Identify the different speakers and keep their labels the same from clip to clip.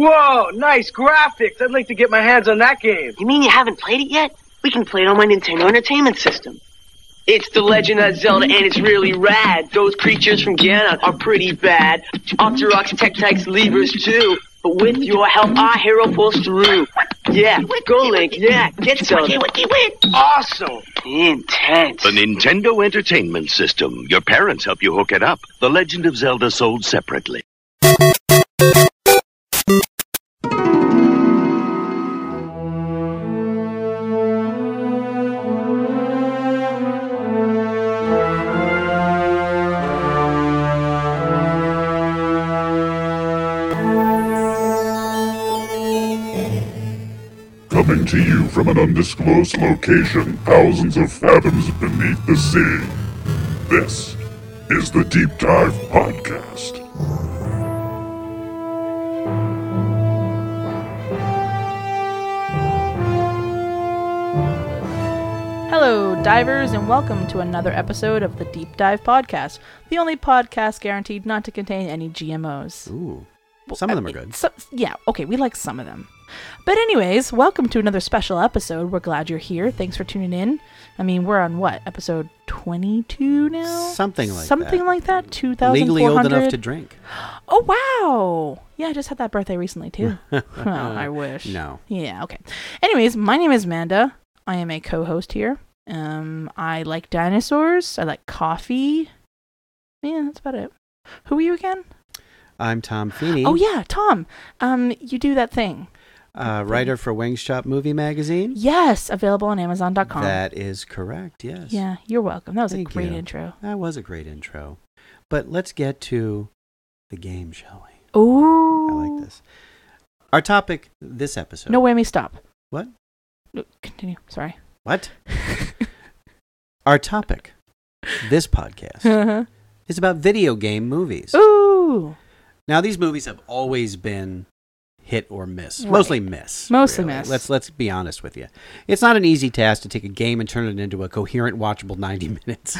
Speaker 1: Whoa, nice graphics. I'd like to get my hands on that game.
Speaker 2: You mean you haven't played it yet? We can play it on my Nintendo Entertainment System. It's The Legend of Zelda, and it's really rad. Those creatures from Ganon are pretty bad. Octoroks, Tektites, Levers too. But with your help, our hero pulls through. Yeah, go Link. Yeah, get Zelda.
Speaker 1: Awesome.
Speaker 2: Intense.
Speaker 3: The Nintendo Entertainment System. Your parents help you hook it up. The Legend of Zelda sold separately.
Speaker 4: Coming to you from an undisclosed location thousands of fathoms beneath the sea. This is the Deep Dive Podcast.
Speaker 5: Hello, divers, and welcome to another episode of the Deep Dive Podcast, the only podcast guaranteed not to contain any GMOs.
Speaker 6: Ooh. Some of them are good.
Speaker 5: So- yeah, okay, we like some of them. But, anyways, welcome to another special episode. We're glad you're here. Thanks for tuning in. I mean, we're on what? Episode 22 now?
Speaker 6: Something like
Speaker 5: Something
Speaker 6: that.
Speaker 5: like that? 2,400?
Speaker 6: Legally old enough to drink.
Speaker 5: Oh wow! Yeah, I just had that birthday recently too. oh, I wish.
Speaker 6: No.
Speaker 5: Yeah. Okay. Anyways, my name is Manda. I am a co-host here. Um, I like dinosaurs. I like coffee. Yeah, that's about it. Who are you again?
Speaker 6: I'm Tom Feeney,
Speaker 5: Oh yeah, Tom. Um, you do that thing.
Speaker 6: uh, writer for Wing Shop Movie Magazine.
Speaker 5: Yes, available on Amazon.com.
Speaker 6: That is correct, yes.
Speaker 5: yeah, you're welcome. That was
Speaker 6: Thank
Speaker 5: a great
Speaker 6: you.
Speaker 5: intro.
Speaker 6: That was a great intro. But let's get to the game, shall we?
Speaker 5: Ooh.
Speaker 6: I like this. Our topic this episode.
Speaker 5: No whammy. Stop.
Speaker 6: What?
Speaker 5: No, Continue. Sorry.
Speaker 6: What? Our topic this podcast
Speaker 5: Ooh.
Speaker 6: is about video game movies. Now, these movies have always been hit or miss,
Speaker 5: Right.
Speaker 6: mostly miss.
Speaker 5: Mostly miss.
Speaker 6: Let's let's be honest with you. It's not an easy task to take a game and turn it into a coherent, watchable ninety minutes.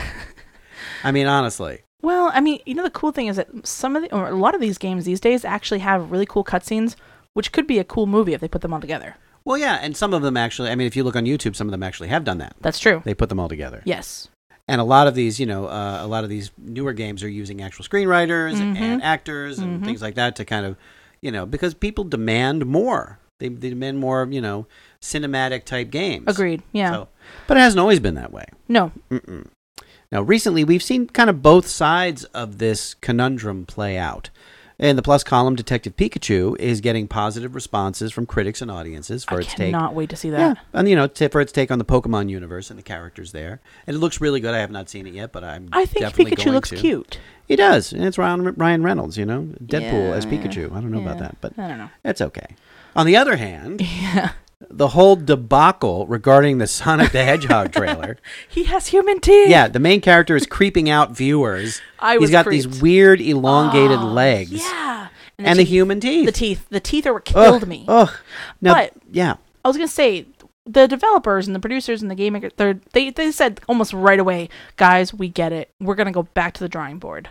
Speaker 6: I mean, honestly,
Speaker 5: Well, I mean, you know, the cool thing is that some of the, or a lot of these games these days actually have really cool cutscenes, which could be a cool movie if they put them all together.
Speaker 6: well, yeah, and some of them actually. I mean, if you look on YouTube, some of them actually have done that.
Speaker 5: That's true.
Speaker 6: They put them all together,
Speaker 5: Yes.
Speaker 6: and a lot of these, you know, uh, a lot of these newer games are using actual screenwriters
Speaker 5: Mm-hmm.
Speaker 6: and actors and things like that to kind of, you know, because people demand more. They, they demand more, you know, cinematic type games.
Speaker 5: Agreed. Yeah.
Speaker 6: So, but it hasn't always been that way.
Speaker 5: No.
Speaker 6: Mm-mm. Now, recently, we've seen kind of both sides of this conundrum play out. In the plus column, Detective Pikachu is getting positive responses from critics and audiences for
Speaker 5: I
Speaker 6: its take.
Speaker 5: cannot wait to see
Speaker 6: Yeah,
Speaker 5: that.
Speaker 6: and you know, t- for its take on the Pokemon universe and the characters there, and it looks really good. I have not seen it yet, but I'm.
Speaker 5: I think
Speaker 6: definitely
Speaker 5: Pikachu
Speaker 6: going
Speaker 5: looks
Speaker 6: to.
Speaker 5: cute.
Speaker 6: He does, and it's Ryan, Ryan Reynolds. You know, Deadpool
Speaker 5: Yeah,
Speaker 6: as Pikachu. I don't know about
Speaker 5: yeah.
Speaker 6: that, but
Speaker 5: I don't know.
Speaker 6: it's okay. On the other hand,
Speaker 5: Yeah.
Speaker 6: the whole debacle regarding the Sonic the Hedgehog trailer
Speaker 5: He has human teeth.
Speaker 6: yeah, the main character is creeping out viewers.
Speaker 5: I was
Speaker 6: He's got
Speaker 5: creeped.
Speaker 6: these weird elongated
Speaker 5: Oh,
Speaker 6: legs
Speaker 5: Yeah.
Speaker 6: and, the human teeth.
Speaker 5: The teeth. The teeth are what killed
Speaker 6: Ugh,
Speaker 5: me.
Speaker 6: Ugh. Now,
Speaker 5: But-
Speaker 6: yeah,
Speaker 5: I was gonna say the developers and the producers and the game makers. they're- They they said almost right away, guys, we get it. We're gonna go back to the drawing board.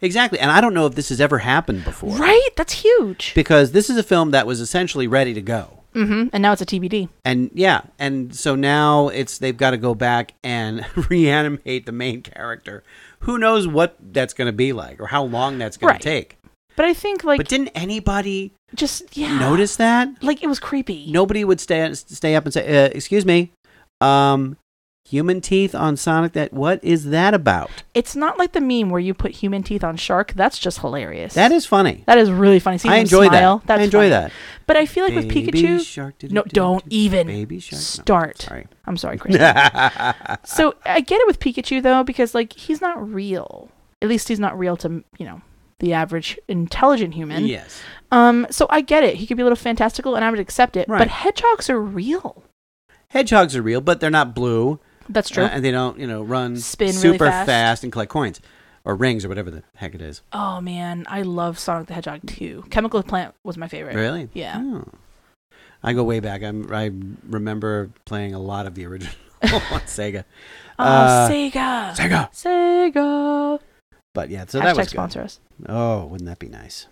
Speaker 6: exactly. And I don't know if this has ever happened before.
Speaker 5: Right? That's huge.
Speaker 6: Because this is a film that was essentially ready to go.
Speaker 5: hmm And now it's a TBD.
Speaker 6: And yeah, and so now it's they've got to go back and reanimate the main character. Who knows what that's going to be like or how long that's going
Speaker 5: Right.
Speaker 6: to take.
Speaker 5: But I think like
Speaker 6: but didn't anybody
Speaker 5: just yeah,
Speaker 6: notice that?
Speaker 5: like it was creepy.
Speaker 6: nobody would stay stay up and say, uh, "Excuse me, um, human teeth on Sonic. That what is that about?
Speaker 5: It's not like the meme where you put human teeth on shark. That's just hilarious.
Speaker 6: That is funny.
Speaker 5: that is really funny. Seeing
Speaker 6: I
Speaker 5: them
Speaker 6: enjoy
Speaker 5: smile,
Speaker 6: that.
Speaker 5: That's
Speaker 6: I enjoy
Speaker 5: funny.
Speaker 6: that.
Speaker 5: But I feel like with
Speaker 6: Baby
Speaker 5: Pikachu,
Speaker 6: shark, do-
Speaker 5: no,
Speaker 6: do- do-
Speaker 5: don't
Speaker 6: do-
Speaker 5: even
Speaker 6: baby shark. No,
Speaker 5: start.
Speaker 6: sorry.
Speaker 5: I'm sorry, Chris. so I get it with Pikachu though, because like he's not real. At least he's not real to you know the average intelligent human.
Speaker 6: yes,
Speaker 5: Um. So I get it. He could be a little fantastical, and I would accept it. But
Speaker 6: Right.
Speaker 5: hedgehogs are real.
Speaker 6: hedgehogs are real, but they're not blue,
Speaker 5: That's true.
Speaker 6: uh, and they don't you know run
Speaker 5: Spin really
Speaker 6: super
Speaker 5: fast.
Speaker 6: and collect coins or rings or whatever the heck it is.
Speaker 5: Oh man, I love Sonic the Hedgehog 2. Chemical Plant was my favorite.
Speaker 6: Really?
Speaker 5: Yeah.
Speaker 6: Oh. I go way back. I'm, I remember playing a lot of the original on Sega.
Speaker 5: Oh,
Speaker 6: Uh,
Speaker 5: Sega.
Speaker 6: Sega.
Speaker 5: Sega.
Speaker 6: But yeah, so
Speaker 5: Hashtag
Speaker 6: that was good.
Speaker 5: sponsor us.
Speaker 6: Oh, wouldn't that be nice?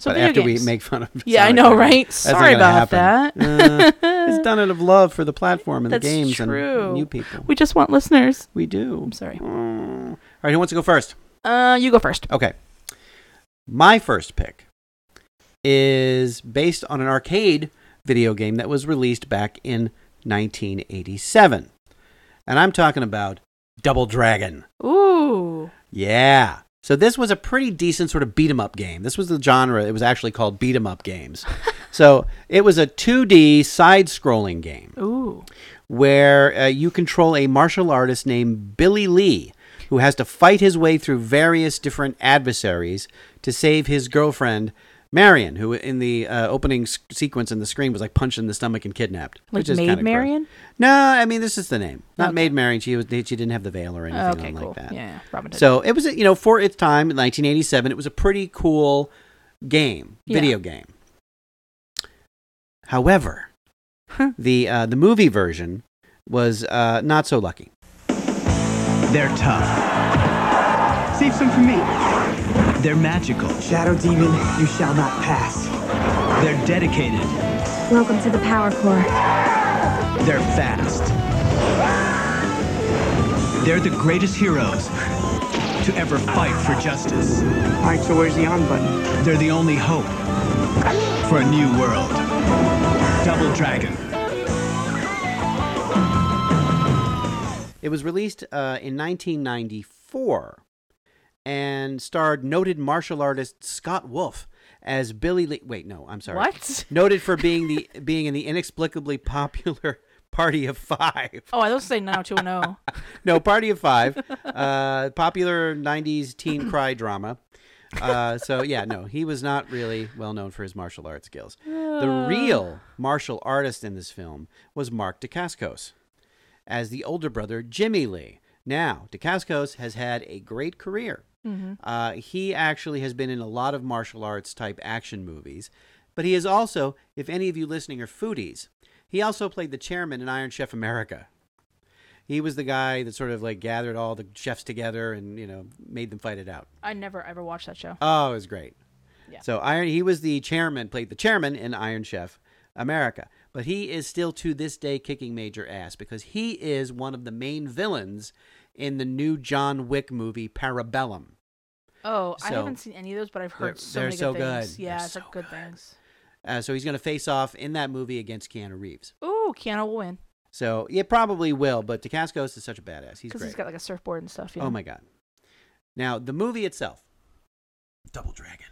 Speaker 5: So
Speaker 6: but
Speaker 5: video
Speaker 6: after
Speaker 5: games.
Speaker 6: we make fun of it,
Speaker 5: Yeah, I
Speaker 6: Sonic
Speaker 5: know,
Speaker 6: Boom,
Speaker 5: right?
Speaker 6: that's not
Speaker 5: Sorry
Speaker 6: gonna
Speaker 5: about
Speaker 6: happen. Uh,
Speaker 5: that.
Speaker 6: it's done out of love for the platform and
Speaker 5: That's
Speaker 6: the games
Speaker 5: true.
Speaker 6: and new people.
Speaker 5: We just want listeners.
Speaker 6: We do.
Speaker 5: I'm sorry.
Speaker 6: Mm. All right, who wants to go first?
Speaker 5: Uh, you go first.
Speaker 6: Okay. My first pick is based on an arcade video game that was released back in 1987. And I'm talking about Double Dragon.
Speaker 5: Ooh.
Speaker 6: Yeah. So this was a pretty decent sort of beat 'em up game. This was the genre. It was actually called beat 'em up games. so it was a 2D side scrolling game
Speaker 5: Ooh.
Speaker 6: where uh, you control a martial artist named Billy Lee who has to fight his way through various different adversaries to save his girlfriend Marion, who in the uh, opening s- sequence in the screen was like punched in the stomach and kidnapped.
Speaker 5: Like
Speaker 6: which is
Speaker 5: Maid
Speaker 6: kinda gross.
Speaker 5: Marian?
Speaker 6: No, I mean this is the name, not
Speaker 5: Okay.
Speaker 6: Maid Marion. She was she didn't have the veil or anything
Speaker 5: Okay,
Speaker 6: on
Speaker 5: cool.
Speaker 6: like that.
Speaker 5: Yeah, yeah, Robin did.
Speaker 6: So it was, you know, for its time in 1987, it was a pretty cool game,
Speaker 5: Yeah.
Speaker 6: video game. However, the uh, the movie version was uh, not so lucky.
Speaker 7: They're tough. Save some for me. They're magical.
Speaker 8: Shadow Demon, you shall not pass.
Speaker 7: They're dedicated.
Speaker 9: Welcome to the Power Core.
Speaker 7: They're fast. They're the greatest heroes to ever fight for justice.
Speaker 8: All right, so where's the on button?
Speaker 7: They're the only hope for a new world. Double Dragon.
Speaker 6: It was released uh, in 1994 and starred noted martial artist Scott Wolf as Billy Lee. Wait, no, I'm sorry.
Speaker 5: What?
Speaker 6: Noted for being the being in the inexplicably popular Party of Five.
Speaker 5: Oh, I was saying now 2-0.
Speaker 6: no, Party of Five, uh, popular '90s teen cry drama. Uh, so yeah, no, he was not really well known for his martial arts skills. The real martial artist in this film was Mark DeCascos, as the older brother Jimmy Lee. Now, DeCascos has had a great career. Uh, he actually has been in a lot of martial arts type action movies, but he is also, if any of you listening are foodies, he also played the chairman in Iron Chef America he was the guy that sort of like gathered all the chefs together and you know made them fight it out.
Speaker 5: I never ever watched that show.
Speaker 6: Oh, it was great.
Speaker 5: Yeah.
Speaker 6: So Iron, he was the chairman, played the chairman in Iron Chef America, but he is still to this day kicking major ass because he is one of the main villains in the new John Wick movie Parabellum.
Speaker 5: Oh, I
Speaker 6: So-
Speaker 5: haven't seen any of those, but I've heard
Speaker 6: They're-
Speaker 5: so
Speaker 6: they're
Speaker 5: many
Speaker 6: so
Speaker 5: good things.
Speaker 6: good.
Speaker 5: Yeah,
Speaker 6: They're
Speaker 5: it's
Speaker 6: so
Speaker 5: like good,
Speaker 6: good.
Speaker 5: things.
Speaker 6: Uh, so he's going to face off in that movie against Keanu Reeves.
Speaker 5: Ooh, Keanu will win
Speaker 6: So it probably will, but DeCascos is such a badass. He's
Speaker 5: because
Speaker 6: great.
Speaker 5: he's got like a surfboard and stuff. Yeah.
Speaker 6: Oh my god! Now the movie itself, Double Dragon.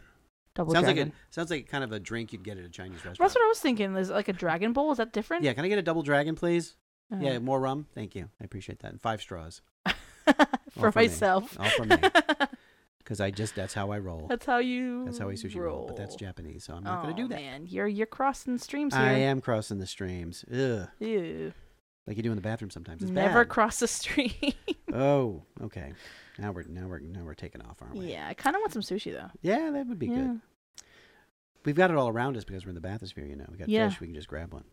Speaker 5: Double
Speaker 6: sounds
Speaker 5: dragon.
Speaker 6: like it sounds like kind of a drink you'd get at a Chinese restaurant.
Speaker 5: That's what I was thinking. Is it like a Dragon Bowl? Is that different?
Speaker 6: yeah, can I get a double dragon, please?
Speaker 5: Uh,
Speaker 6: Yeah, more rum. Thank you. I appreciate that. And five straws,
Speaker 5: for
Speaker 6: for me.
Speaker 5: myself.
Speaker 6: All for me. because I just that's how I roll.
Speaker 5: that's how you.
Speaker 6: That's how I sushi roll. But that's Japanese, so I'm not
Speaker 5: oh,
Speaker 6: going to do that.
Speaker 5: man, you're you're crossing streams here.
Speaker 6: I am crossing the streams. Ugh,
Speaker 5: Ew.
Speaker 6: like you do in the bathroom sometimes. It's
Speaker 5: Never
Speaker 6: bad.
Speaker 5: cross the stream.
Speaker 6: oh, okay. Now we're now we're now we're taking off, aren't we?
Speaker 5: yeah, I kind of want some sushi though.
Speaker 6: Yeah, that would be
Speaker 5: Yeah.
Speaker 6: good. We've got it all around us because we're in the bathysphere. You know, we got
Speaker 5: Yeah.
Speaker 6: fish. We can just grab one.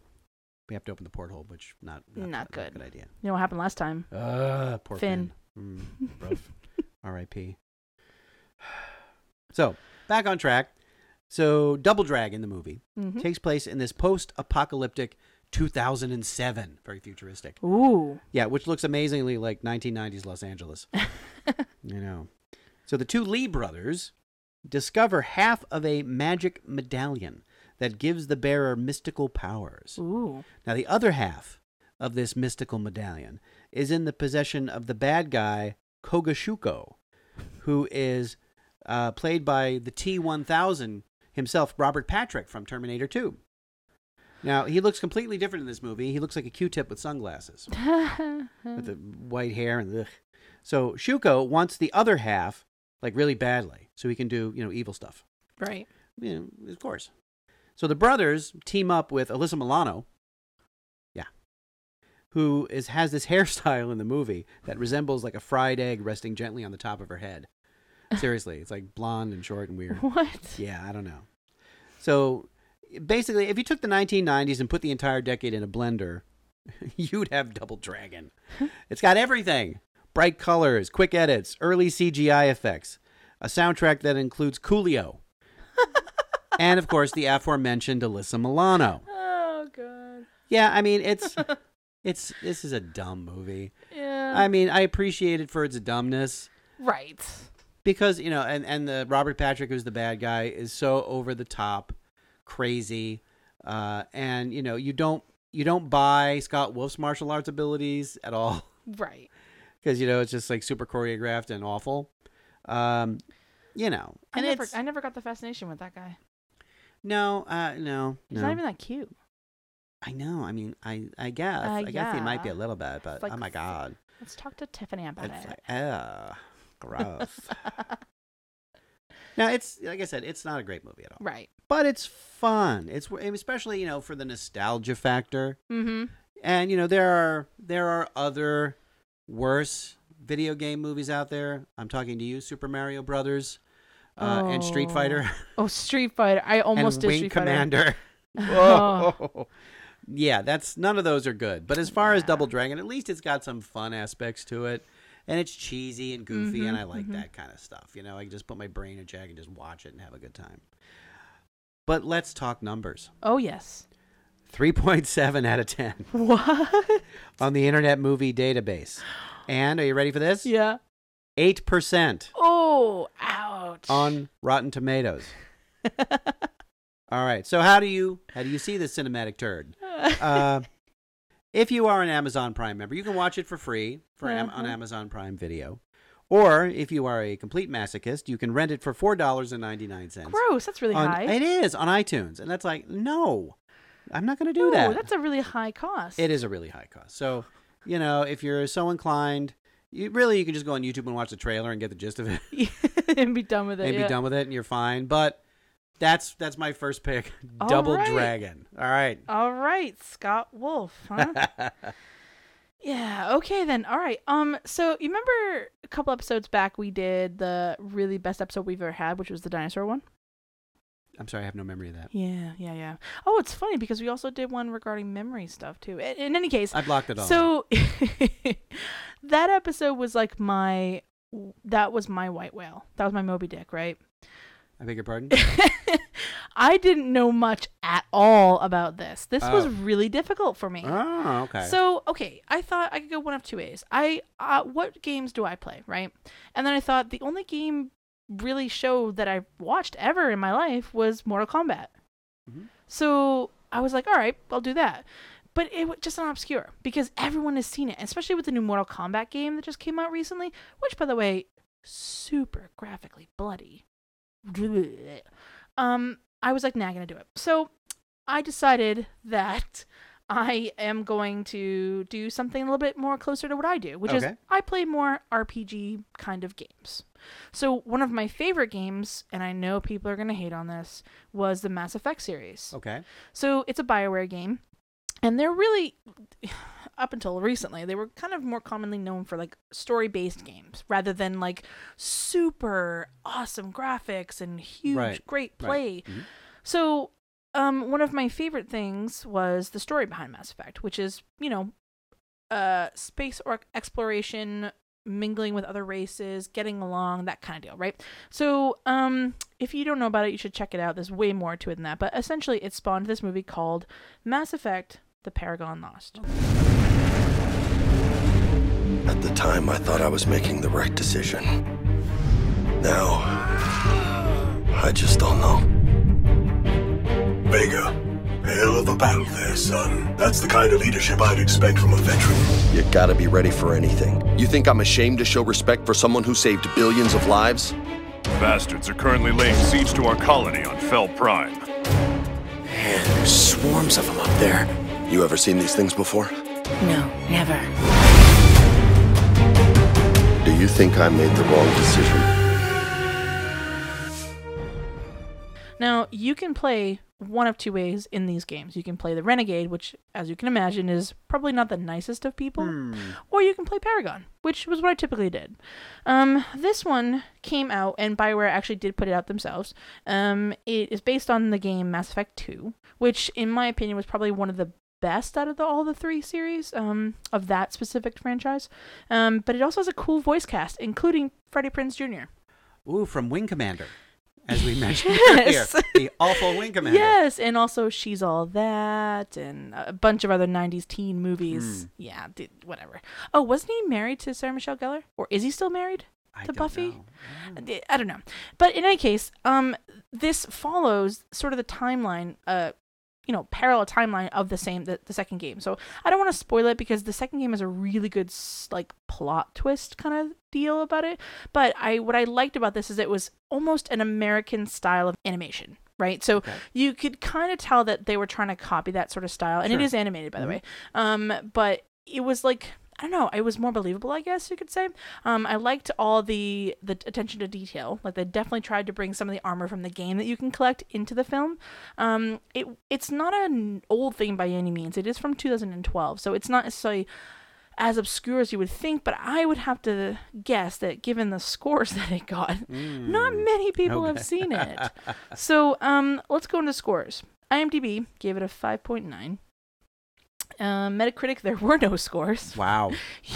Speaker 6: We have to open the porthole, which not
Speaker 5: Not good.
Speaker 6: Not good idea.
Speaker 5: You know what happened last time?
Speaker 6: Uh, poor
Speaker 5: Finn.
Speaker 6: Finn. Mm, rough. R.I.P. So back on track. So Double Dragon, the movie,
Speaker 5: Mhm.
Speaker 6: takes place in this post-apocalyptic 2007, very futuristic.
Speaker 5: Ooh.
Speaker 6: Yeah, which looks amazingly like 1990s Los Angeles. you know. So the two Lee brothers discover half of a magic medallion that gives the bearer mystical powers.
Speaker 5: Ooh.
Speaker 6: Now, the other half of this mystical medallion is in the possession of the bad guy, Kogashuko, who is uh, played by the T 1000 himself, Robert Patrick from Terminator 2. Now, he looks completely different in this movie. He looks like a Q tip with sunglasses,
Speaker 5: Mm-hmm.
Speaker 6: with the white hair and ugh. So, Shuko wants the other half, like, really badly, so he can do, you know, evil stuff.
Speaker 5: Right.
Speaker 6: You know, of course. So the brothers team up with Alyssa Milano, yeah, who is has this hairstyle in the movie that resembles like a fried egg resting gently on the top of her head. Seriously, it's like blonde and short and weird.
Speaker 5: What?
Speaker 6: Yeah, I don't know. So basically, if you took the 1990s and put the entire decade in a blender, you'd have Double Dragon. it's got everything bright colors, quick edits, early CGI effects, a soundtrack that includes Coolio, and of course the aforementioned Alyssa Milano.
Speaker 5: Oh god.
Speaker 6: Yeah, I mean it's it's this is a dumb movie.
Speaker 5: Yeah.
Speaker 6: I mean, I appreciate it for its dumbness
Speaker 5: right.
Speaker 6: because you know, and and the Robert Patrick who's the bad guy is so over the top, crazy, uh, and you know you don't you don't buy Scott Wolf's martial arts abilities at all
Speaker 5: Right.
Speaker 6: because you know it's just like super choreographed and awful. Um, you know,
Speaker 5: I
Speaker 6: and
Speaker 5: never
Speaker 6: it's
Speaker 5: I never got the fascination with that guy.
Speaker 6: no, uh, no,
Speaker 5: He's
Speaker 6: no.
Speaker 5: not even that cute.
Speaker 6: I know. I mean, I I guess
Speaker 5: Uh,
Speaker 6: I guess he might be
Speaker 5: yeah.
Speaker 6: a little bit, but
Speaker 5: like
Speaker 6: oh my
Speaker 5: f-
Speaker 6: god,
Speaker 5: Let's talk to Tiffany about
Speaker 6: it's
Speaker 5: it.
Speaker 6: like ugh, gross. now it's like I said, it's not a great movie at all,
Speaker 5: right.
Speaker 6: but it's fun. It's especially you know for the nostalgia factor,
Speaker 5: Mm-hmm.
Speaker 6: and you know there are there are other worse video game movies out there. I'm talking to you, Super Mario Brothers, uh, and Street Fighter.
Speaker 5: Oh, Street Fighter. I almost
Speaker 6: and
Speaker 5: did
Speaker 6: Wing
Speaker 5: Street Fighter. Oh,
Speaker 6: Commander. Whoa. Yeah, that's none of those are good. But as far as Double Dragon, at least it's got some fun aspects to it, and it's cheesy and goofy,
Speaker 5: Mm-hmm,
Speaker 6: and I like that kind of stuff. You know, I can just put my brain in check and just watch it and have a good time. But let's talk numbers.
Speaker 5: Oh yes.
Speaker 6: Three point seven out of ten
Speaker 5: What?
Speaker 6: on the Internet Movie Database. And are you ready for this?
Speaker 5: Yeah.
Speaker 6: Eight percent
Speaker 5: Oh, ouch.
Speaker 6: on Rotten Tomatoes. All right. So how do you how do you see this cinematic turd? Uh, if you are an Amazon Prime member, you can watch it for free for Am- on
Speaker 5: Mm-hmm.
Speaker 6: Amazon Prime Video. Or if you are a complete masochist, you can rent it for four dollars and ninety nine cents.
Speaker 5: Gross. That's really high.
Speaker 6: It is on iTunes, and that's like no, I'm not going to
Speaker 5: No,
Speaker 6: do that.
Speaker 5: that's a really high cost.
Speaker 6: It is a really high cost. So, you know, if you're so inclined, you really you can just go on YouTube and watch the trailer and get the gist of it
Speaker 5: and be done with it.
Speaker 6: and
Speaker 5: yeah.
Speaker 6: be done with it, and you're fine. But that's that's my first pick,
Speaker 5: All
Speaker 6: Double
Speaker 5: right.
Speaker 6: Dragon. All right,
Speaker 5: All right, Scott Wolf, huh? yeah, okay then. All right. Um so you remember a couple episodes back we did the really best episode we've ever had, which was the dinosaur one?
Speaker 6: I'm sorry, I have no memory of that.
Speaker 5: Yeah, yeah, yeah. Oh, it's funny because we also did one regarding memory stuff too. In, in any case,
Speaker 6: I blocked it all.
Speaker 5: so that episode was like my that was my white whale. That was my Moby Dick, right?
Speaker 6: I beg your pardon.
Speaker 5: I didn't know much at all about this. This was
Speaker 6: Oh.
Speaker 5: really difficult for me.
Speaker 6: oh, okay.
Speaker 5: So okay, I thought I could go one of two ways. I uh, what games do I play, right? And then I thought the only game really show that I watched ever in my life was Mortal Kombat. So I was like, all right, I'll do that. But it was just not obscure because everyone has seen it, especially with the new Mortal Kombat game that just came out recently, which by the way, super graphically bloody. Um, I was like, nah, gonna do it. So I decided that I am going to do something a little bit more closer to what I do, which is
Speaker 6: Okay.
Speaker 5: I play more RPG kind of games. So one of my favorite games, and I know people are gonna hate on this, was the Mass Effect series.
Speaker 6: okay.
Speaker 5: So it's a Bioware game, and they're really up until recently they were kind of more commonly known for like story-based games rather than like super awesome graphics and huge
Speaker 6: Right,
Speaker 5: great
Speaker 6: right. Mm-hmm.
Speaker 5: play. So um, one of my favorite things was the story behind Mass Effect, which is you know uh, space or exploration, mingling with other races, getting along, that kind of deal, right? So, um, if you don't know about it, you should check it out. There's way more to it than that, but essentially, it spawned this movie called Mass Effect: The Paragon Lost.
Speaker 10: At the time, I thought I was making the right decision. Now, I just don't know. Vega, hell of a battle there, son. That's the kind of leadership I'd expect from a veteran. You gotta be ready for anything. You think I'm ashamed to show respect for someone who saved billions of lives?
Speaker 4: Bastards are currently laying siege to our colony on Fell Prime.
Speaker 10: Man, there's swarms of them up there. You ever seen these things before?
Speaker 9: No, never.
Speaker 10: Do you think I made the wrong decision?
Speaker 5: Now, you can play one of two ways in these games. You can play the Renegade, which, as you can imagine, is probably not the nicest of people, or you can play Paragon, which was what I typically did. Um, this one came out, and Bioware actually did put it out themselves. Um, it is based on the game Mass Effect 2, which, in my opinion, was probably one of the best out of the, all the three series um, of that specific franchise. Um, but it also has a cool voice cast, including Freddie Prinze Jr.
Speaker 6: Ooh, from Wing Commander. as we mentioned
Speaker 5: Yes.
Speaker 6: earlier. The awful Wing Commander.
Speaker 5: Yes, and also She's All That and a bunch of other 90s teen movies.
Speaker 6: Hmm.
Speaker 5: Yeah, d whatever. Oh, wasn't he married to Sarah Michelle Gellar? Or is he still married to Buffy? D- I don't know. But in any case, um this follows sort of the timeline uh you know, parallel timeline of the same the, the second game. So I don't want to spoil it because the second game has a really good s- like plot twist kind of deal about it. But I what I liked about this is it was almost an American style of animation, right? So you could kind of tell that they were trying to copy that sort of style, and it
Speaker 6: Sure.
Speaker 5: is animated by the
Speaker 6: Mhm.
Speaker 5: way. Um, but it was like I don't know, it was more believable, I guess you could say. Um, I liked all the the attention to detail. Like they definitely tried to bring some of the armor from the game that you can collect into the film. Um, it it's not an old thing by any means. It is from 2012, so it's not necessarily as obscure as you would think. But I would have to guess that given the scores that it got, not many people
Speaker 6: okay.
Speaker 5: have seen it. so um, let's go into scores. IMDb gave it a 5.9. Uh, Metacritic, there were no scores.
Speaker 6: Wow.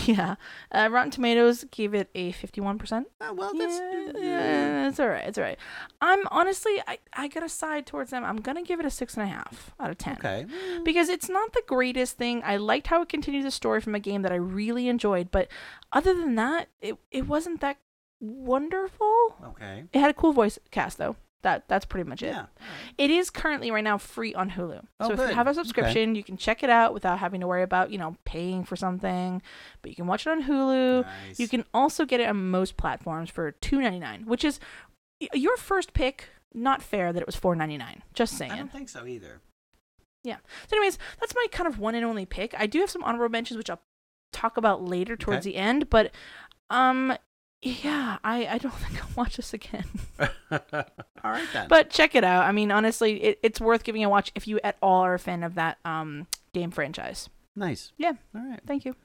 Speaker 5: Yeah. Uh, Rotten Tomatoes gave it a 51%.
Speaker 6: Uh, well, that's
Speaker 5: Yeah, yeah, it's all right. It's all right. I'm honestly, I, I got to side towards them. I'm going to give it a six and a half out of 10.
Speaker 6: okay.
Speaker 5: Because it's not the greatest thing. I liked how it continues a story from a game that I really enjoyed. But other than that, it, it wasn't that wonderful.
Speaker 6: Okay.
Speaker 5: It had a cool voice cast though. That that's pretty much it.
Speaker 6: Yeah.
Speaker 5: It is currently right now free on Hulu.
Speaker 6: Oh,
Speaker 5: so if
Speaker 6: good.
Speaker 5: you have a
Speaker 6: Okay.
Speaker 5: subscription, you can check it out without having to worry about, you know, paying for something. But you can watch it on Hulu.
Speaker 6: Nice.
Speaker 5: You can also get it on most platforms for 2.99, which is y- your first pick. Not fair that it was 4.99. Just saying.
Speaker 6: I don't think so either.
Speaker 5: Yeah. So, anyways, that's my kind of one and only pick. I do have some honorable mentions, which I'll talk about later towards
Speaker 6: Okay.
Speaker 5: the end. But, um, yeah, I I don't think I'll watch this again.
Speaker 6: all right then.
Speaker 5: but check it out. I mean, honestly, it, it's worth giving a watch if you at all are a fan of that um game franchise.
Speaker 6: nice.
Speaker 5: Yeah.
Speaker 6: All right.
Speaker 5: Thank you.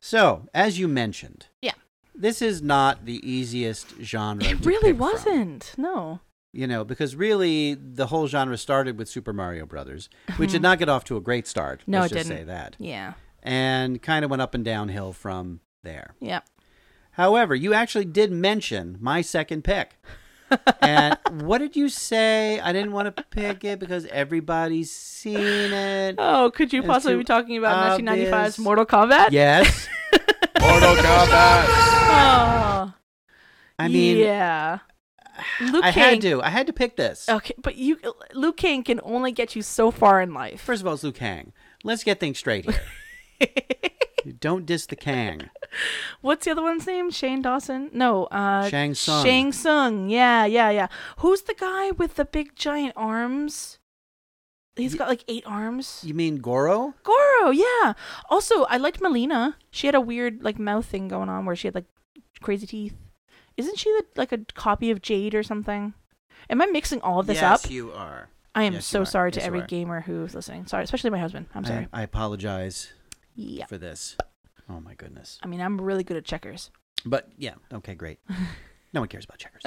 Speaker 6: So, as you mentioned,
Speaker 5: Yeah.
Speaker 6: this is not the easiest genre.
Speaker 5: It
Speaker 6: to
Speaker 5: really
Speaker 6: pick from.
Speaker 5: wasn't. No.
Speaker 6: you know, because really the whole genre started with Super Mario Brothers, which did not get off to a great start.
Speaker 5: Mm-hmm. No,
Speaker 6: let's
Speaker 5: it
Speaker 6: just
Speaker 5: didn't.
Speaker 6: say that,
Speaker 5: Yeah.
Speaker 6: and kind of went up and downhill from there.
Speaker 5: Yeah.
Speaker 6: However, you actually did mention my second pick. and what did you say? I didn't want to pick it because everybody's seen it.
Speaker 5: Oh, could you
Speaker 6: It's
Speaker 5: possibly
Speaker 6: too
Speaker 5: be talking about 1995's
Speaker 6: obvious.
Speaker 5: Mortal Kombat?
Speaker 6: Yes.
Speaker 5: Oh,
Speaker 6: I mean,
Speaker 5: yeah. Luke
Speaker 6: I
Speaker 5: Cage.
Speaker 6: had to. I had to pick this.
Speaker 5: Okay, but you, Luke Kang can only get you so far in life.
Speaker 6: First of all, it's Liu Kang. Let's get things straight here. Don't diss the Kang.
Speaker 5: What's the other one's name? Shane Dawson? No, uh,
Speaker 6: Shang Tsung.
Speaker 5: Shang Tsung. Yeah, yeah, yeah. Who's the guy with the big giant arms? He's got like eight arms.
Speaker 6: You mean Goro?
Speaker 5: Goro, yeah. Also, I liked Melina. She had a weird like mouth thing going on where she had like crazy teeth. Isn't she the, like a copy of Jade or something? Am I mixing all this
Speaker 6: yes,
Speaker 5: up?
Speaker 6: you are.
Speaker 5: I am
Speaker 6: Yes, you
Speaker 5: so
Speaker 6: are.
Speaker 5: sorry to
Speaker 6: Yes, you
Speaker 5: every
Speaker 6: are.
Speaker 5: gamer who's listening. Sorry, especially my husband. I'm
Speaker 6: I-
Speaker 5: sorry.
Speaker 6: I, apologize
Speaker 5: yeah.
Speaker 6: for this. Oh my goodness.
Speaker 5: I mean, I'm really good at checkers.
Speaker 6: But yeah, okay, great. No one cares about checkers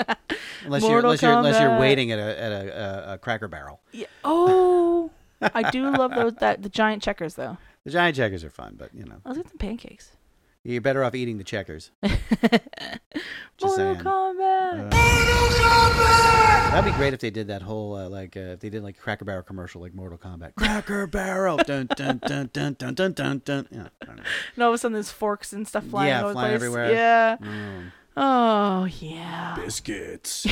Speaker 6: unless you're
Speaker 5: Mortal
Speaker 6: unless you're, unless you're
Speaker 5: Kombat.
Speaker 6: waiting at a at a, a, a Cracker Barrel.
Speaker 5: Yeah. Oh, I do love those that the giant checkers though.
Speaker 6: The giant checkers are fun, but you know
Speaker 5: Let's get some pancakes.
Speaker 6: you're better off eating the checkers.
Speaker 5: Mortal
Speaker 6: saying. Uh.
Speaker 5: Kombat.
Speaker 6: That'd be great if they did that whole uh, like uh, if they did like a Cracker Barrel commercial like Mortal Kombat. Cracker Barrel. dun dun dun dun dun dun dun dun. Yeah, I don't know.
Speaker 5: and all of a sudden, there's forks and stuff flying
Speaker 6: Yeah,
Speaker 5: all over the
Speaker 6: flying
Speaker 5: place.
Speaker 6: everywhere.
Speaker 5: Yeah.
Speaker 6: Mm.
Speaker 5: Oh yeah.
Speaker 7: Biscuits.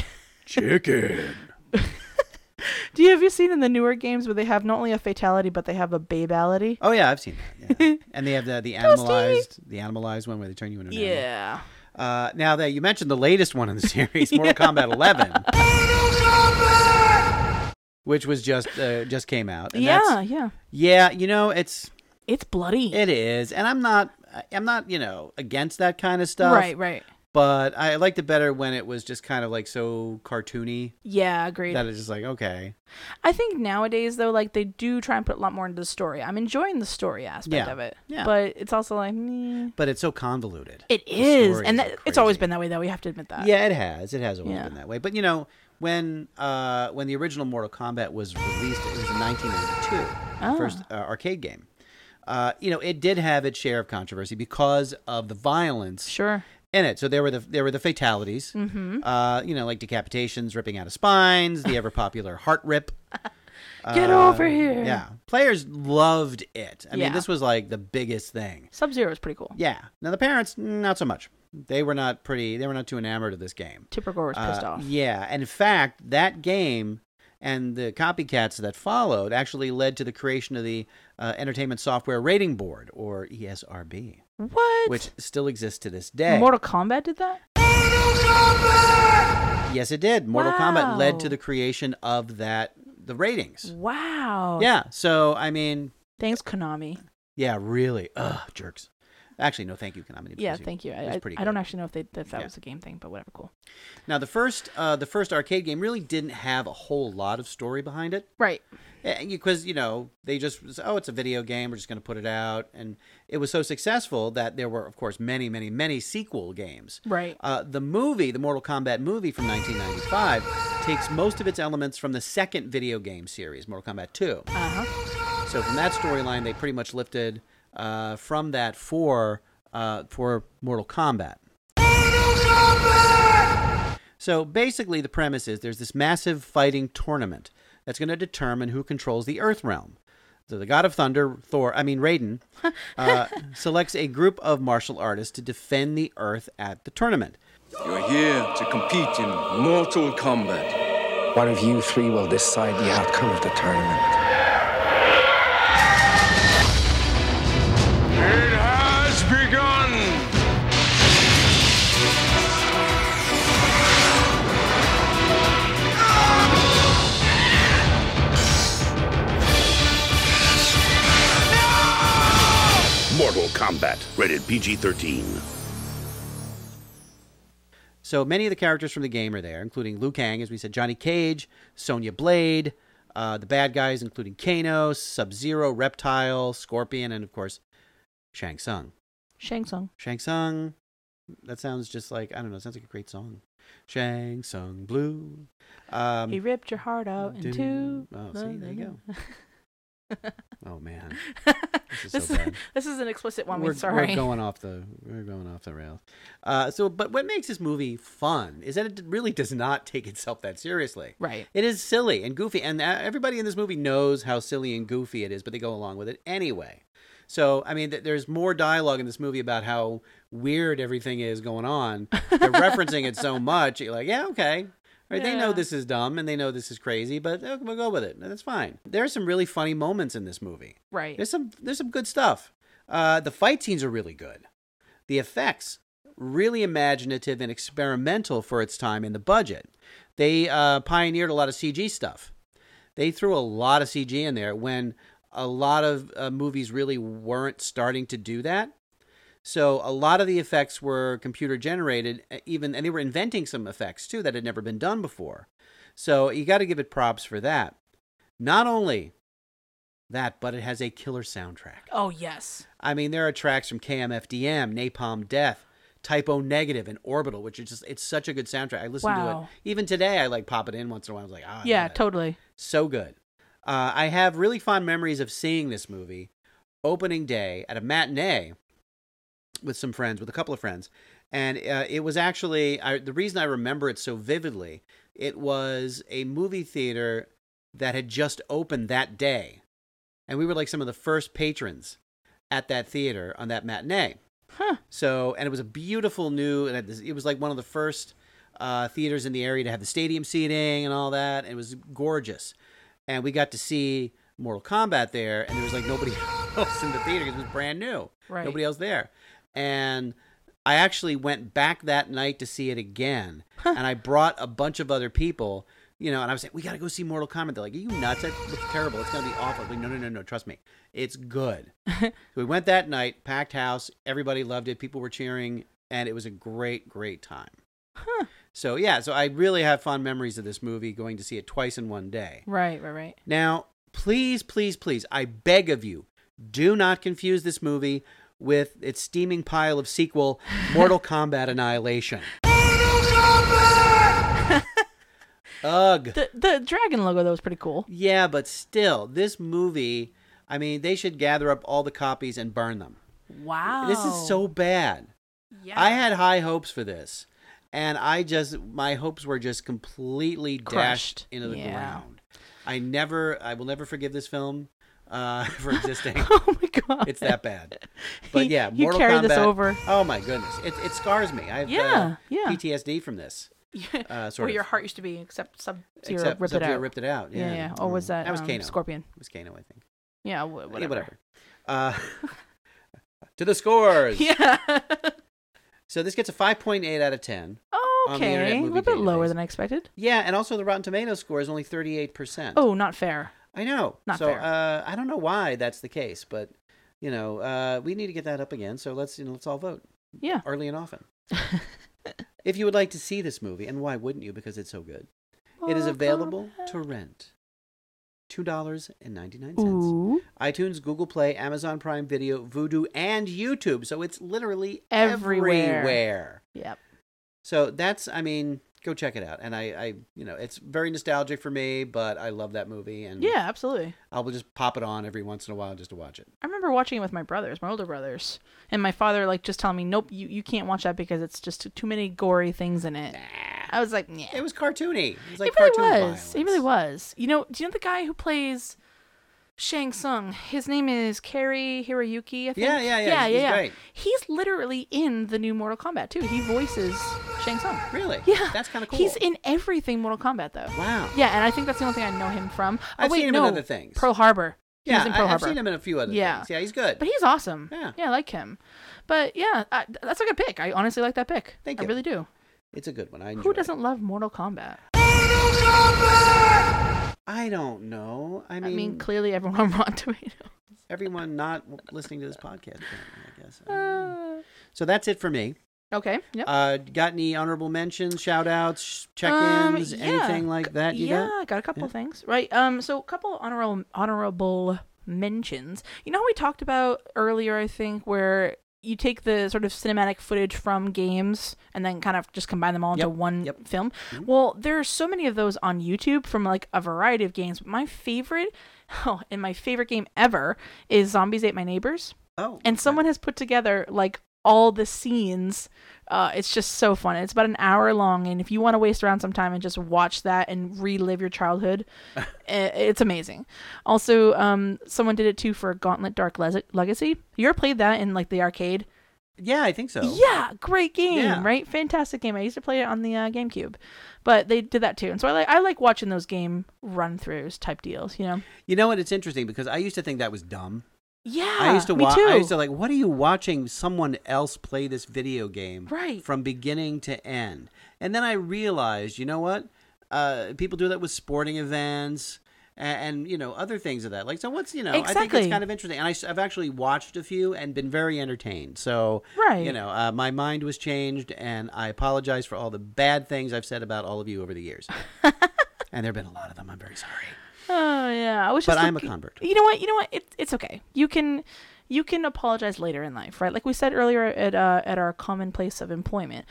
Speaker 7: Chicken.
Speaker 5: Do you have you seen in the newer games where they have not only a fatality but they have a babality?
Speaker 6: Oh yeah, I've seen that. Yeah. and they have the the animalized the animalized one where they turn you into an animal.
Speaker 5: Yeah.
Speaker 6: Uh, now that you mentioned the latest one in the series, Mortal Kombat 11, which was just uh, just came out. and
Speaker 5: Yeah.
Speaker 6: that's-
Speaker 5: Yeah.
Speaker 6: yeah. You know, it's
Speaker 5: It's bloody.
Speaker 6: it is, and I'm not I'm not you know against that kind of stuff.
Speaker 5: Right. Right.
Speaker 6: But I liked it better when it was just kind of like so cartoony
Speaker 5: Yeah. Agreed.
Speaker 6: that it's just like okay,
Speaker 5: I think nowadays though, like they do try and put a lot more into the story. I'm enjoying the story aspect
Speaker 6: Yeah.
Speaker 5: of it.
Speaker 6: Yeah.
Speaker 5: But it's also like meh.
Speaker 6: but it's so convoluted.
Speaker 5: It
Speaker 6: The
Speaker 5: is,
Speaker 6: stories
Speaker 5: and
Speaker 6: are
Speaker 5: that, it's always
Speaker 6: crazy.
Speaker 5: been that way. Though we have to admit that.
Speaker 6: Yeah, it has. It has always
Speaker 5: Yeah.
Speaker 6: been that way. But you know, when uh, when the original Mortal Kombat was released, it was in 1992,
Speaker 5: Oh.
Speaker 6: the first uh, arcade game. Uh, you know, it did have its share of controversy because of the violence
Speaker 5: Sure.
Speaker 6: in it. So there were the there were the fatalities,
Speaker 5: Mhm.
Speaker 6: uh, you know, like decapitations, ripping out of spines, the ever popular heart rip.
Speaker 5: Get over here.
Speaker 6: Yeah, players loved it. I
Speaker 5: Yeah.
Speaker 6: mean, this was like the biggest thing.
Speaker 5: Sub Zero is pretty cool.
Speaker 6: Yeah. Now the parents, not so much. They were not pretty. They were not too enamored of this game.
Speaker 5: Tipper Gore was pissed
Speaker 6: Uh,
Speaker 5: off.
Speaker 6: Yeah, and in fact, that game and the copycats that followed actually led to the creation of the uh, Entertainment Software Rating Board, or E ESRB,
Speaker 5: What?
Speaker 6: which still exists to this day.
Speaker 5: Mortal Kombat did that?
Speaker 6: yes, it did. Mortal Kombat
Speaker 5: Wow.
Speaker 6: led to the creation of that the ratings.
Speaker 5: Wow.
Speaker 6: Yeah. So I mean,
Speaker 5: Thanks, Konami.
Speaker 6: yeah, really. Ugh, jerks. Actually, no, thank you, Konami. It
Speaker 5: Yeah,
Speaker 6: was-
Speaker 5: thank you.
Speaker 6: it was
Speaker 5: I, I,
Speaker 6: pretty
Speaker 5: I don't
Speaker 6: good.
Speaker 5: actually know if they, if that
Speaker 6: Yeah.
Speaker 5: was a game thing, but whatever. Cool.
Speaker 6: Now the first uh, the first arcade game really didn't have a whole lot of story behind it.
Speaker 5: Right.
Speaker 6: Because Eh, you know they just was, oh it's a video game we're just going to put it out and it was so successful that there were of course many many many sequel games.
Speaker 5: Right.
Speaker 6: Uh, the movie, the Mortal Kombat movie from 1995, takes most of its elements from the second video game series, Mortal Kombat 2. Uh-huh. So from that storyline, they pretty much lifted uh, from that for uh, for Mortal Kombat. So basically, the premise is there's this massive fighting tournament that's going to determine who controls the Earth realm. So the God of Thunder, Thor, I mean Raiden, uh, selects a group of martial artists to defend the Earth at the tournament.
Speaker 11: You're here to compete in Mortal Kombat. One of you three will decide the outcome of the tournament.
Speaker 7: has begun!
Speaker 3: Mortal Kombat, rated PG 13.
Speaker 6: So many of the characters from the game are there, including Liu Kang, as we said, Johnny Cage, Sonya Blade, uh, the bad guys, including Kano, Sub Zero, Reptile, Scorpion, and of course, Shang Tsung.
Speaker 5: Shang Tsung.
Speaker 6: Shang Tsung. That sounds just like I don't know. It sounds like a great song. Shang Tsung Blue. Um,
Speaker 5: he ripped your heart out in
Speaker 6: doo-
Speaker 5: two.
Speaker 6: oh, see, there you
Speaker 5: go.
Speaker 6: oh man,
Speaker 5: This is,
Speaker 6: this is so bad.
Speaker 5: this is an explicit one.
Speaker 6: we're,
Speaker 5: We're, sorry.
Speaker 6: we're going off the we're going off the rails. Uh, so, but what makes this movie fun is that it really does not take itself that seriously.
Speaker 5: Right.
Speaker 6: It is silly and goofy, and uh, everybody in this movie knows how silly and goofy it is, but they go along with it anyway. So, I mean, th- there's more dialogue in this movie about how weird everything is going on. They're referencing it so much, you're like, yeah, okay. Right, They know
Speaker 5: Yeah.
Speaker 6: this is dumb and they know this is crazy, but uh, we'll go with it. That's fine. There are some really funny moments in this movie.
Speaker 5: Right.
Speaker 6: There's some there's some good stuff. Uh, the fight scenes are really good. The effects really imaginative and experimental for its time and the budget. They uh, pioneered a lot of CG stuff. They threw a lot of CG in there when a lot of uh, movies really weren't starting to do that. So a lot of the effects were computer generated, uh, even and they were inventing some effects too that had never been done before. So you got to give it props for that. Not only that, but it has a killer soundtrack.
Speaker 5: Oh yes.
Speaker 6: I mean, there are tracks from KMFDM, Napalm Death, Typo Negative, and Orbital, which is just—it's such a good soundtrack. I listen to
Speaker 5: Wow.
Speaker 6: it even today. I like pop it in once in a while. I was like, ah,
Speaker 5: yeah,
Speaker 6: man,
Speaker 5: totally.
Speaker 6: so good. Uh, I have really fond memories of seeing this movie opening day at a matinee with some friends, with a couple of friends, and uh, it was actually I, the reason I remember it so vividly. It was a movie theater that had just opened that day, and we were like some of the first patrons at that theater on that matinee.
Speaker 5: Huh.
Speaker 6: So, and it was a beautiful new, and it it was like one of the first uh, theaters in the area to have the stadium seating and all that. And it was gorgeous. And we got to see Mortal Kombat there, and there was like nobody else in the theater 'cause it was brand new.
Speaker 5: Right.
Speaker 6: Nobody else there. And I actually went back that night to see it again. And I brought a bunch of other people, you know, and I was like, we got to go see Mortal Kombat. They're like, are you nuts? That looks terrible. It's going to be awful. I'm Like, no, no, no, no. Trust me. It's good. so we went that night, packed house. Everybody loved it. People were cheering. And it was a great, great time. So, yeah, so I really have fond memories of this movie, going to see it twice in one day.
Speaker 5: Right, right, right.
Speaker 6: Now, please, please, please, I beg of you, do not confuse this movie with its steaming pile of sequel, Mortal Kombat Annihilation. Ugh.
Speaker 5: The the dragon logo though was pretty cool.
Speaker 6: Yeah, but still, this movie, I mean, they should gather up all the copies and burn them.
Speaker 5: Wow.
Speaker 6: This is so bad.
Speaker 5: Oh. Yeah.
Speaker 6: I had high hopes for this, and I just my hopes were just completely dashed
Speaker 5: Crushed.
Speaker 6: into the
Speaker 5: Yeah.
Speaker 6: ground. I never, I will never forgive this film uh, for existing.
Speaker 5: oh my god,
Speaker 6: it's that bad. But
Speaker 5: He-
Speaker 6: yeah,
Speaker 5: you
Speaker 6: Mortal
Speaker 5: carried this
Speaker 6: Kombat-
Speaker 5: over.
Speaker 6: Oh my goodness, it, it scars me. I have
Speaker 5: Yeah,
Speaker 6: uh,
Speaker 5: yeah.
Speaker 6: PTSD from this. Uh, sort
Speaker 5: Where
Speaker 6: of.
Speaker 5: your heart used to be, except Sub Zero
Speaker 6: Except
Speaker 5: ripped it
Speaker 6: Sub-Zero
Speaker 5: out.
Speaker 6: ripped it out. Yeah, Mm-hmm. Mm.
Speaker 5: yeah. Or was that,
Speaker 6: That was
Speaker 5: um,
Speaker 6: Kano.
Speaker 5: Scorpion?
Speaker 6: It was Kano, I think.
Speaker 5: Yeah, wh- whatever.
Speaker 6: Yeah, whatever. Uh, to the scores.
Speaker 5: Yeah.
Speaker 6: So this gets a 5.8 out of 10. on the Internet
Speaker 5: Okay, a
Speaker 6: Movie
Speaker 5: little bit lower
Speaker 6: Database.
Speaker 5: than I expected.
Speaker 6: Yeah, and also the Rotten Tomatoes score is only 38%.
Speaker 5: Oh, not fair.
Speaker 6: I know.
Speaker 5: Not
Speaker 6: so
Speaker 5: fair.
Speaker 6: uh, I don't know why that's the case, but you know, uh, we need to get that up again. So let's you know, let's all vote.
Speaker 5: Yeah.
Speaker 6: Early and often. if you would like to see this movie, and why wouldn't you? Because it's so good. it is
Speaker 5: Mortal
Speaker 6: available to rent. Two dollars and ninety nine cents.
Speaker 5: Ooh,
Speaker 6: iTunes, Google Play, Amazon Prime Video, Vudu, and YouTube. So it's literally
Speaker 5: Everywhere.
Speaker 6: everywhere.
Speaker 5: yep.
Speaker 6: So that's, I mean, go check it out. And I, I, you know, it's very nostalgic for me, but I love that movie, and
Speaker 5: Yeah, absolutely.
Speaker 6: I will just pop it on every once in a while just to watch it.
Speaker 5: I remember watching it with my brothers, my older brothers, and my father like just telling me, "Nope, you, you can't watch that because it's just too many gory things in it." I was like, "Yeah."
Speaker 6: It was cartoony. It was like
Speaker 5: it really
Speaker 6: cartoon
Speaker 5: was.
Speaker 6: violence.
Speaker 5: It really was. You know, do you know the guy who plays Shang Tsung? His name is Kerry Hiroyuki. I think.
Speaker 6: Yeah,
Speaker 5: yeah,
Speaker 6: yeah, yeah. He's-
Speaker 5: yeah.
Speaker 6: he's
Speaker 5: yeah.
Speaker 6: great.
Speaker 5: He's literally in the new Mortal Kombat too. He voices Shang Tsung.
Speaker 6: Really?
Speaker 5: Yeah,
Speaker 6: That's kind of cool.
Speaker 5: He's in everything Mortal Kombat though.
Speaker 6: Wow.
Speaker 5: Yeah, and I think that's the only thing I know him from. Oh,
Speaker 6: I've
Speaker 5: wait,
Speaker 6: seen him in
Speaker 5: no,
Speaker 6: other things.
Speaker 5: Pearl Harbor. He
Speaker 6: Yeah,
Speaker 5: was in
Speaker 6: I-
Speaker 5: Pearl
Speaker 6: I've
Speaker 5: Harbor.
Speaker 6: seen him in a few other
Speaker 5: Yeah.
Speaker 6: things. Yeah, he's good.
Speaker 5: But he's awesome.
Speaker 6: Yeah.
Speaker 5: I like him. But yeah, I, that's a good pick. I honestly like that pick.
Speaker 6: Thank
Speaker 5: I
Speaker 6: you.
Speaker 5: really do.
Speaker 6: It's a good one. I enjoy
Speaker 5: Who doesn't love Mortal Kombat?
Speaker 6: I don't know. I
Speaker 5: I
Speaker 6: mean,
Speaker 5: mean, clearly everyone on Rotten Tomatoes.
Speaker 6: everyone not w- listening to this podcast, apparently, I guess.
Speaker 5: Uh,
Speaker 6: So that's it for me.
Speaker 5: okay. Yep.
Speaker 6: Uh, got any honorable mentions, shout outs, check
Speaker 5: Um,
Speaker 6: ins,
Speaker 5: yeah.
Speaker 6: anything like that? You
Speaker 5: yeah,
Speaker 6: got?
Speaker 5: I got a couple things. Right. Um. So a couple honorable honorable mentions. You know, how we talked about earlier. I think where you take the sort of cinematic footage from games and then kind of just combine them all into
Speaker 6: Yep,
Speaker 5: one
Speaker 6: yep. Mm-hmm.
Speaker 5: film. Well, there are so many of those on YouTube from like a variety of games. My favorite, oh, and my favorite game ever is Zombies Ate My Neighbors.
Speaker 6: Oh.
Speaker 5: and someone has put together like all the scenes uh, it's just so fun it's about an hour long and if you want to waste around some time and just watch that and relive your childhood i- it's amazing also um, someone did it too for gauntlet dark Les- legacy you ever played that in like the arcade
Speaker 6: Yeah, I think so.
Speaker 5: yeah great game
Speaker 6: Yeah.
Speaker 5: right fantastic game i used to play it on the uh, gamecube but they did that too and so i like i like watching those game run throughs type deals you know
Speaker 6: You know what? It's interesting because I used to think that was dumb.
Speaker 5: yeah
Speaker 6: I used to
Speaker 5: me
Speaker 6: watch.
Speaker 5: too.
Speaker 6: I used to like, what are you watching someone else play this video game
Speaker 5: Right.
Speaker 6: from beginning to end? And then I realized, you know what? Uh, people do that with sporting events and, and you know other things of that. Like, so what's you know? I think it's
Speaker 5: Exactly.
Speaker 6: kind of interesting, and I, have actually watched a few and been very entertained. So
Speaker 5: Right.
Speaker 6: you know, uh, my mind was changed, and I apologize for all the bad things I've said about all of you over the years. and there've been a lot of them. I'm very sorry.
Speaker 5: Oh yeah, I was
Speaker 6: But
Speaker 5: just.
Speaker 6: I'm a
Speaker 5: looking-
Speaker 6: convert.
Speaker 5: You know what? You know what? It, it's okay. You can, you can apologize later in life, right? Like we said earlier at uh, at our common place of employment.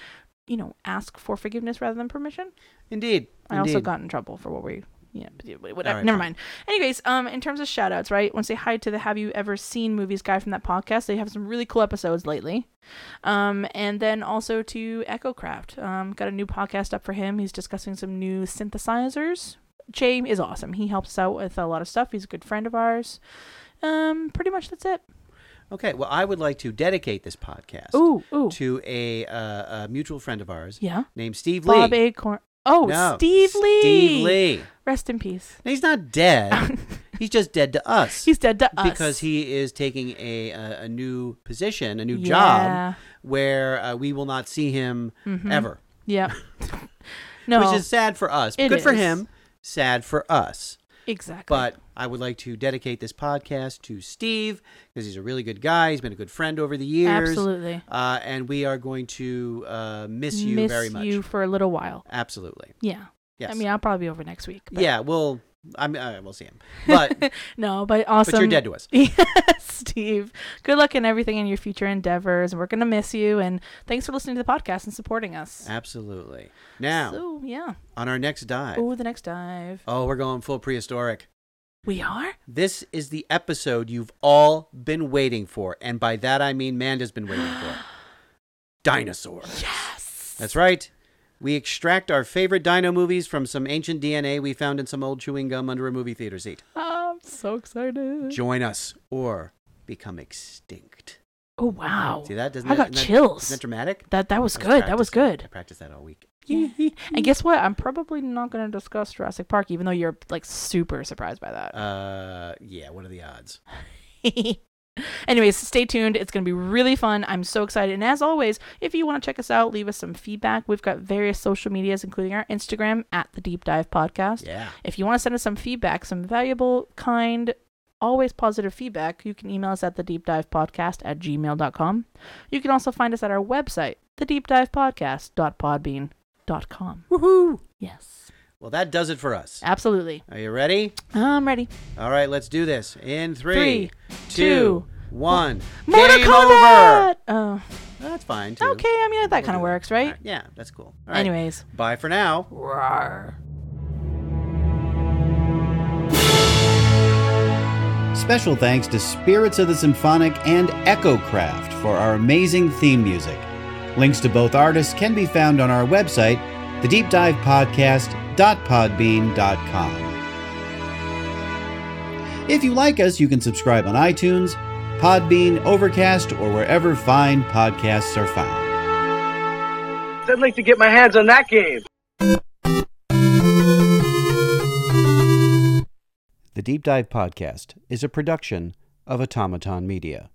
Speaker 5: You know, ask for forgiveness rather than permission.
Speaker 6: Indeed.
Speaker 5: I also
Speaker 6: Indeed.
Speaker 5: got in trouble for what we. Yeah, whatever.
Speaker 6: right,
Speaker 5: Never
Speaker 6: fine.
Speaker 5: mind. Anyways, um, in terms of shout outs, right? Want to say hi to the Have You Ever Seen Movies guy from that podcast. They have some really cool episodes lately. Um, and then also to Echo Craft. Um, got a new podcast up for him. He's discussing some new synthesizers. Jay is awesome. He helps us out with a lot of stuff. He's a good friend of ours. Um, pretty much that's it.
Speaker 6: Okay, well, I would like to dedicate this podcast
Speaker 5: Ooh, ooh.
Speaker 6: to a, uh, a mutual friend of ours
Speaker 5: Yeah.
Speaker 6: named Steve
Speaker 5: Bob
Speaker 6: Lee.
Speaker 5: Acorn. Oh,
Speaker 6: No,
Speaker 5: Steve Lee.
Speaker 6: Steve Lee.
Speaker 5: Rest in peace.
Speaker 6: Now, he's not dead. he's just dead to us.
Speaker 5: He's dead to us.
Speaker 6: Because he is taking a, a, a new position, a new
Speaker 5: Yeah.
Speaker 6: job, where uh, we will not see him ever.
Speaker 5: Yep. Mm-hmm. no.
Speaker 6: Which is sad for us.
Speaker 5: It
Speaker 6: Good for
Speaker 5: is.
Speaker 6: him, sad for us.
Speaker 5: Exactly.
Speaker 6: But I would like to dedicate this podcast to Steve because he's a really good guy. He's been a good friend over the years.
Speaker 5: Absolutely.
Speaker 6: Uh, and we are going to uh, miss you very much.
Speaker 5: you for a little while.
Speaker 6: Absolutely.
Speaker 5: Yeah.
Speaker 6: Yes.
Speaker 5: I mean, I'll probably be over next week. but-
Speaker 6: yeah. Well, I'm. Uh, we'll see him. But
Speaker 5: No, but awesome.
Speaker 6: dead to us.
Speaker 5: Yes, Steve. Good luck in everything in your future endeavors. and We're going to miss you. And thanks for listening to the podcast and supporting us.
Speaker 6: absolutely. Now
Speaker 5: So, yeah.
Speaker 6: on our next dive.
Speaker 5: Oh, the next dive.
Speaker 6: Oh, we're going full prehistoric.
Speaker 5: We are?
Speaker 6: This is the episode you've all been waiting for, and by that I mean Manda's been waiting for. dinosaurs. Yes. That's right. We extract our favorite dino movies from some ancient DNA we found in some old chewing gum under a movie theater seat.
Speaker 5: I'm so excited.
Speaker 6: Join us or become extinct.
Speaker 5: Oh wow!
Speaker 6: See that doesn't
Speaker 5: I
Speaker 6: that-
Speaker 5: got
Speaker 6: isn't that-
Speaker 5: chills.
Speaker 6: isn't that dramatic?
Speaker 5: That that was
Speaker 6: I
Speaker 5: good. That was
Speaker 6: practicing. I
Speaker 5: good.
Speaker 6: practiced that all week.
Speaker 5: and guess what? I'm probably not going to discuss Jurassic Park, even though you're like super surprised by that.
Speaker 6: Uh, yeah. What are the odds?
Speaker 5: Anyways, stay tuned. It's going to be really fun. I'm so excited. And as always, if you want to check us out, leave us some feedback. We've got various social medias, including our Instagram at the Deep Dive Podcast.
Speaker 6: Yeah.
Speaker 5: If you want to send us some feedback, some valuable, kind, always positive feedback, you can email us at the Deep Dive Podcast at gmail.com. You can also find us at our website, the Deep Dive Podcast.podbean.com.
Speaker 6: Woohoo!
Speaker 5: Yes.
Speaker 6: Well, that does it for us.
Speaker 5: Absolutely.
Speaker 6: Are you ready?
Speaker 5: I'm ready.
Speaker 6: All right, let's do this. In
Speaker 5: Three,
Speaker 6: three,
Speaker 5: two,
Speaker 6: two, one.
Speaker 5: Mortal
Speaker 6: Game
Speaker 5: Kombat!
Speaker 6: over.
Speaker 5: Oh.
Speaker 6: That's fine too.
Speaker 5: Okay, I mean, that kind of works, right?
Speaker 6: Yeah, that's cool. All right.
Speaker 5: Anyways.
Speaker 6: Bye for now.
Speaker 12: Special thanks to Spirits of the Symphonic and Echo Craft for our amazing theme music. Links to both artists can be found on our website, thedeepdivepodcast.podbean.com. If you like us, you can subscribe on iTunes, Podbean, Overcast, or wherever fine podcasts are found.
Speaker 1: I'd like to get my hands on that game.
Speaker 6: The Deep Dive Podcast is a production of Automaton Media.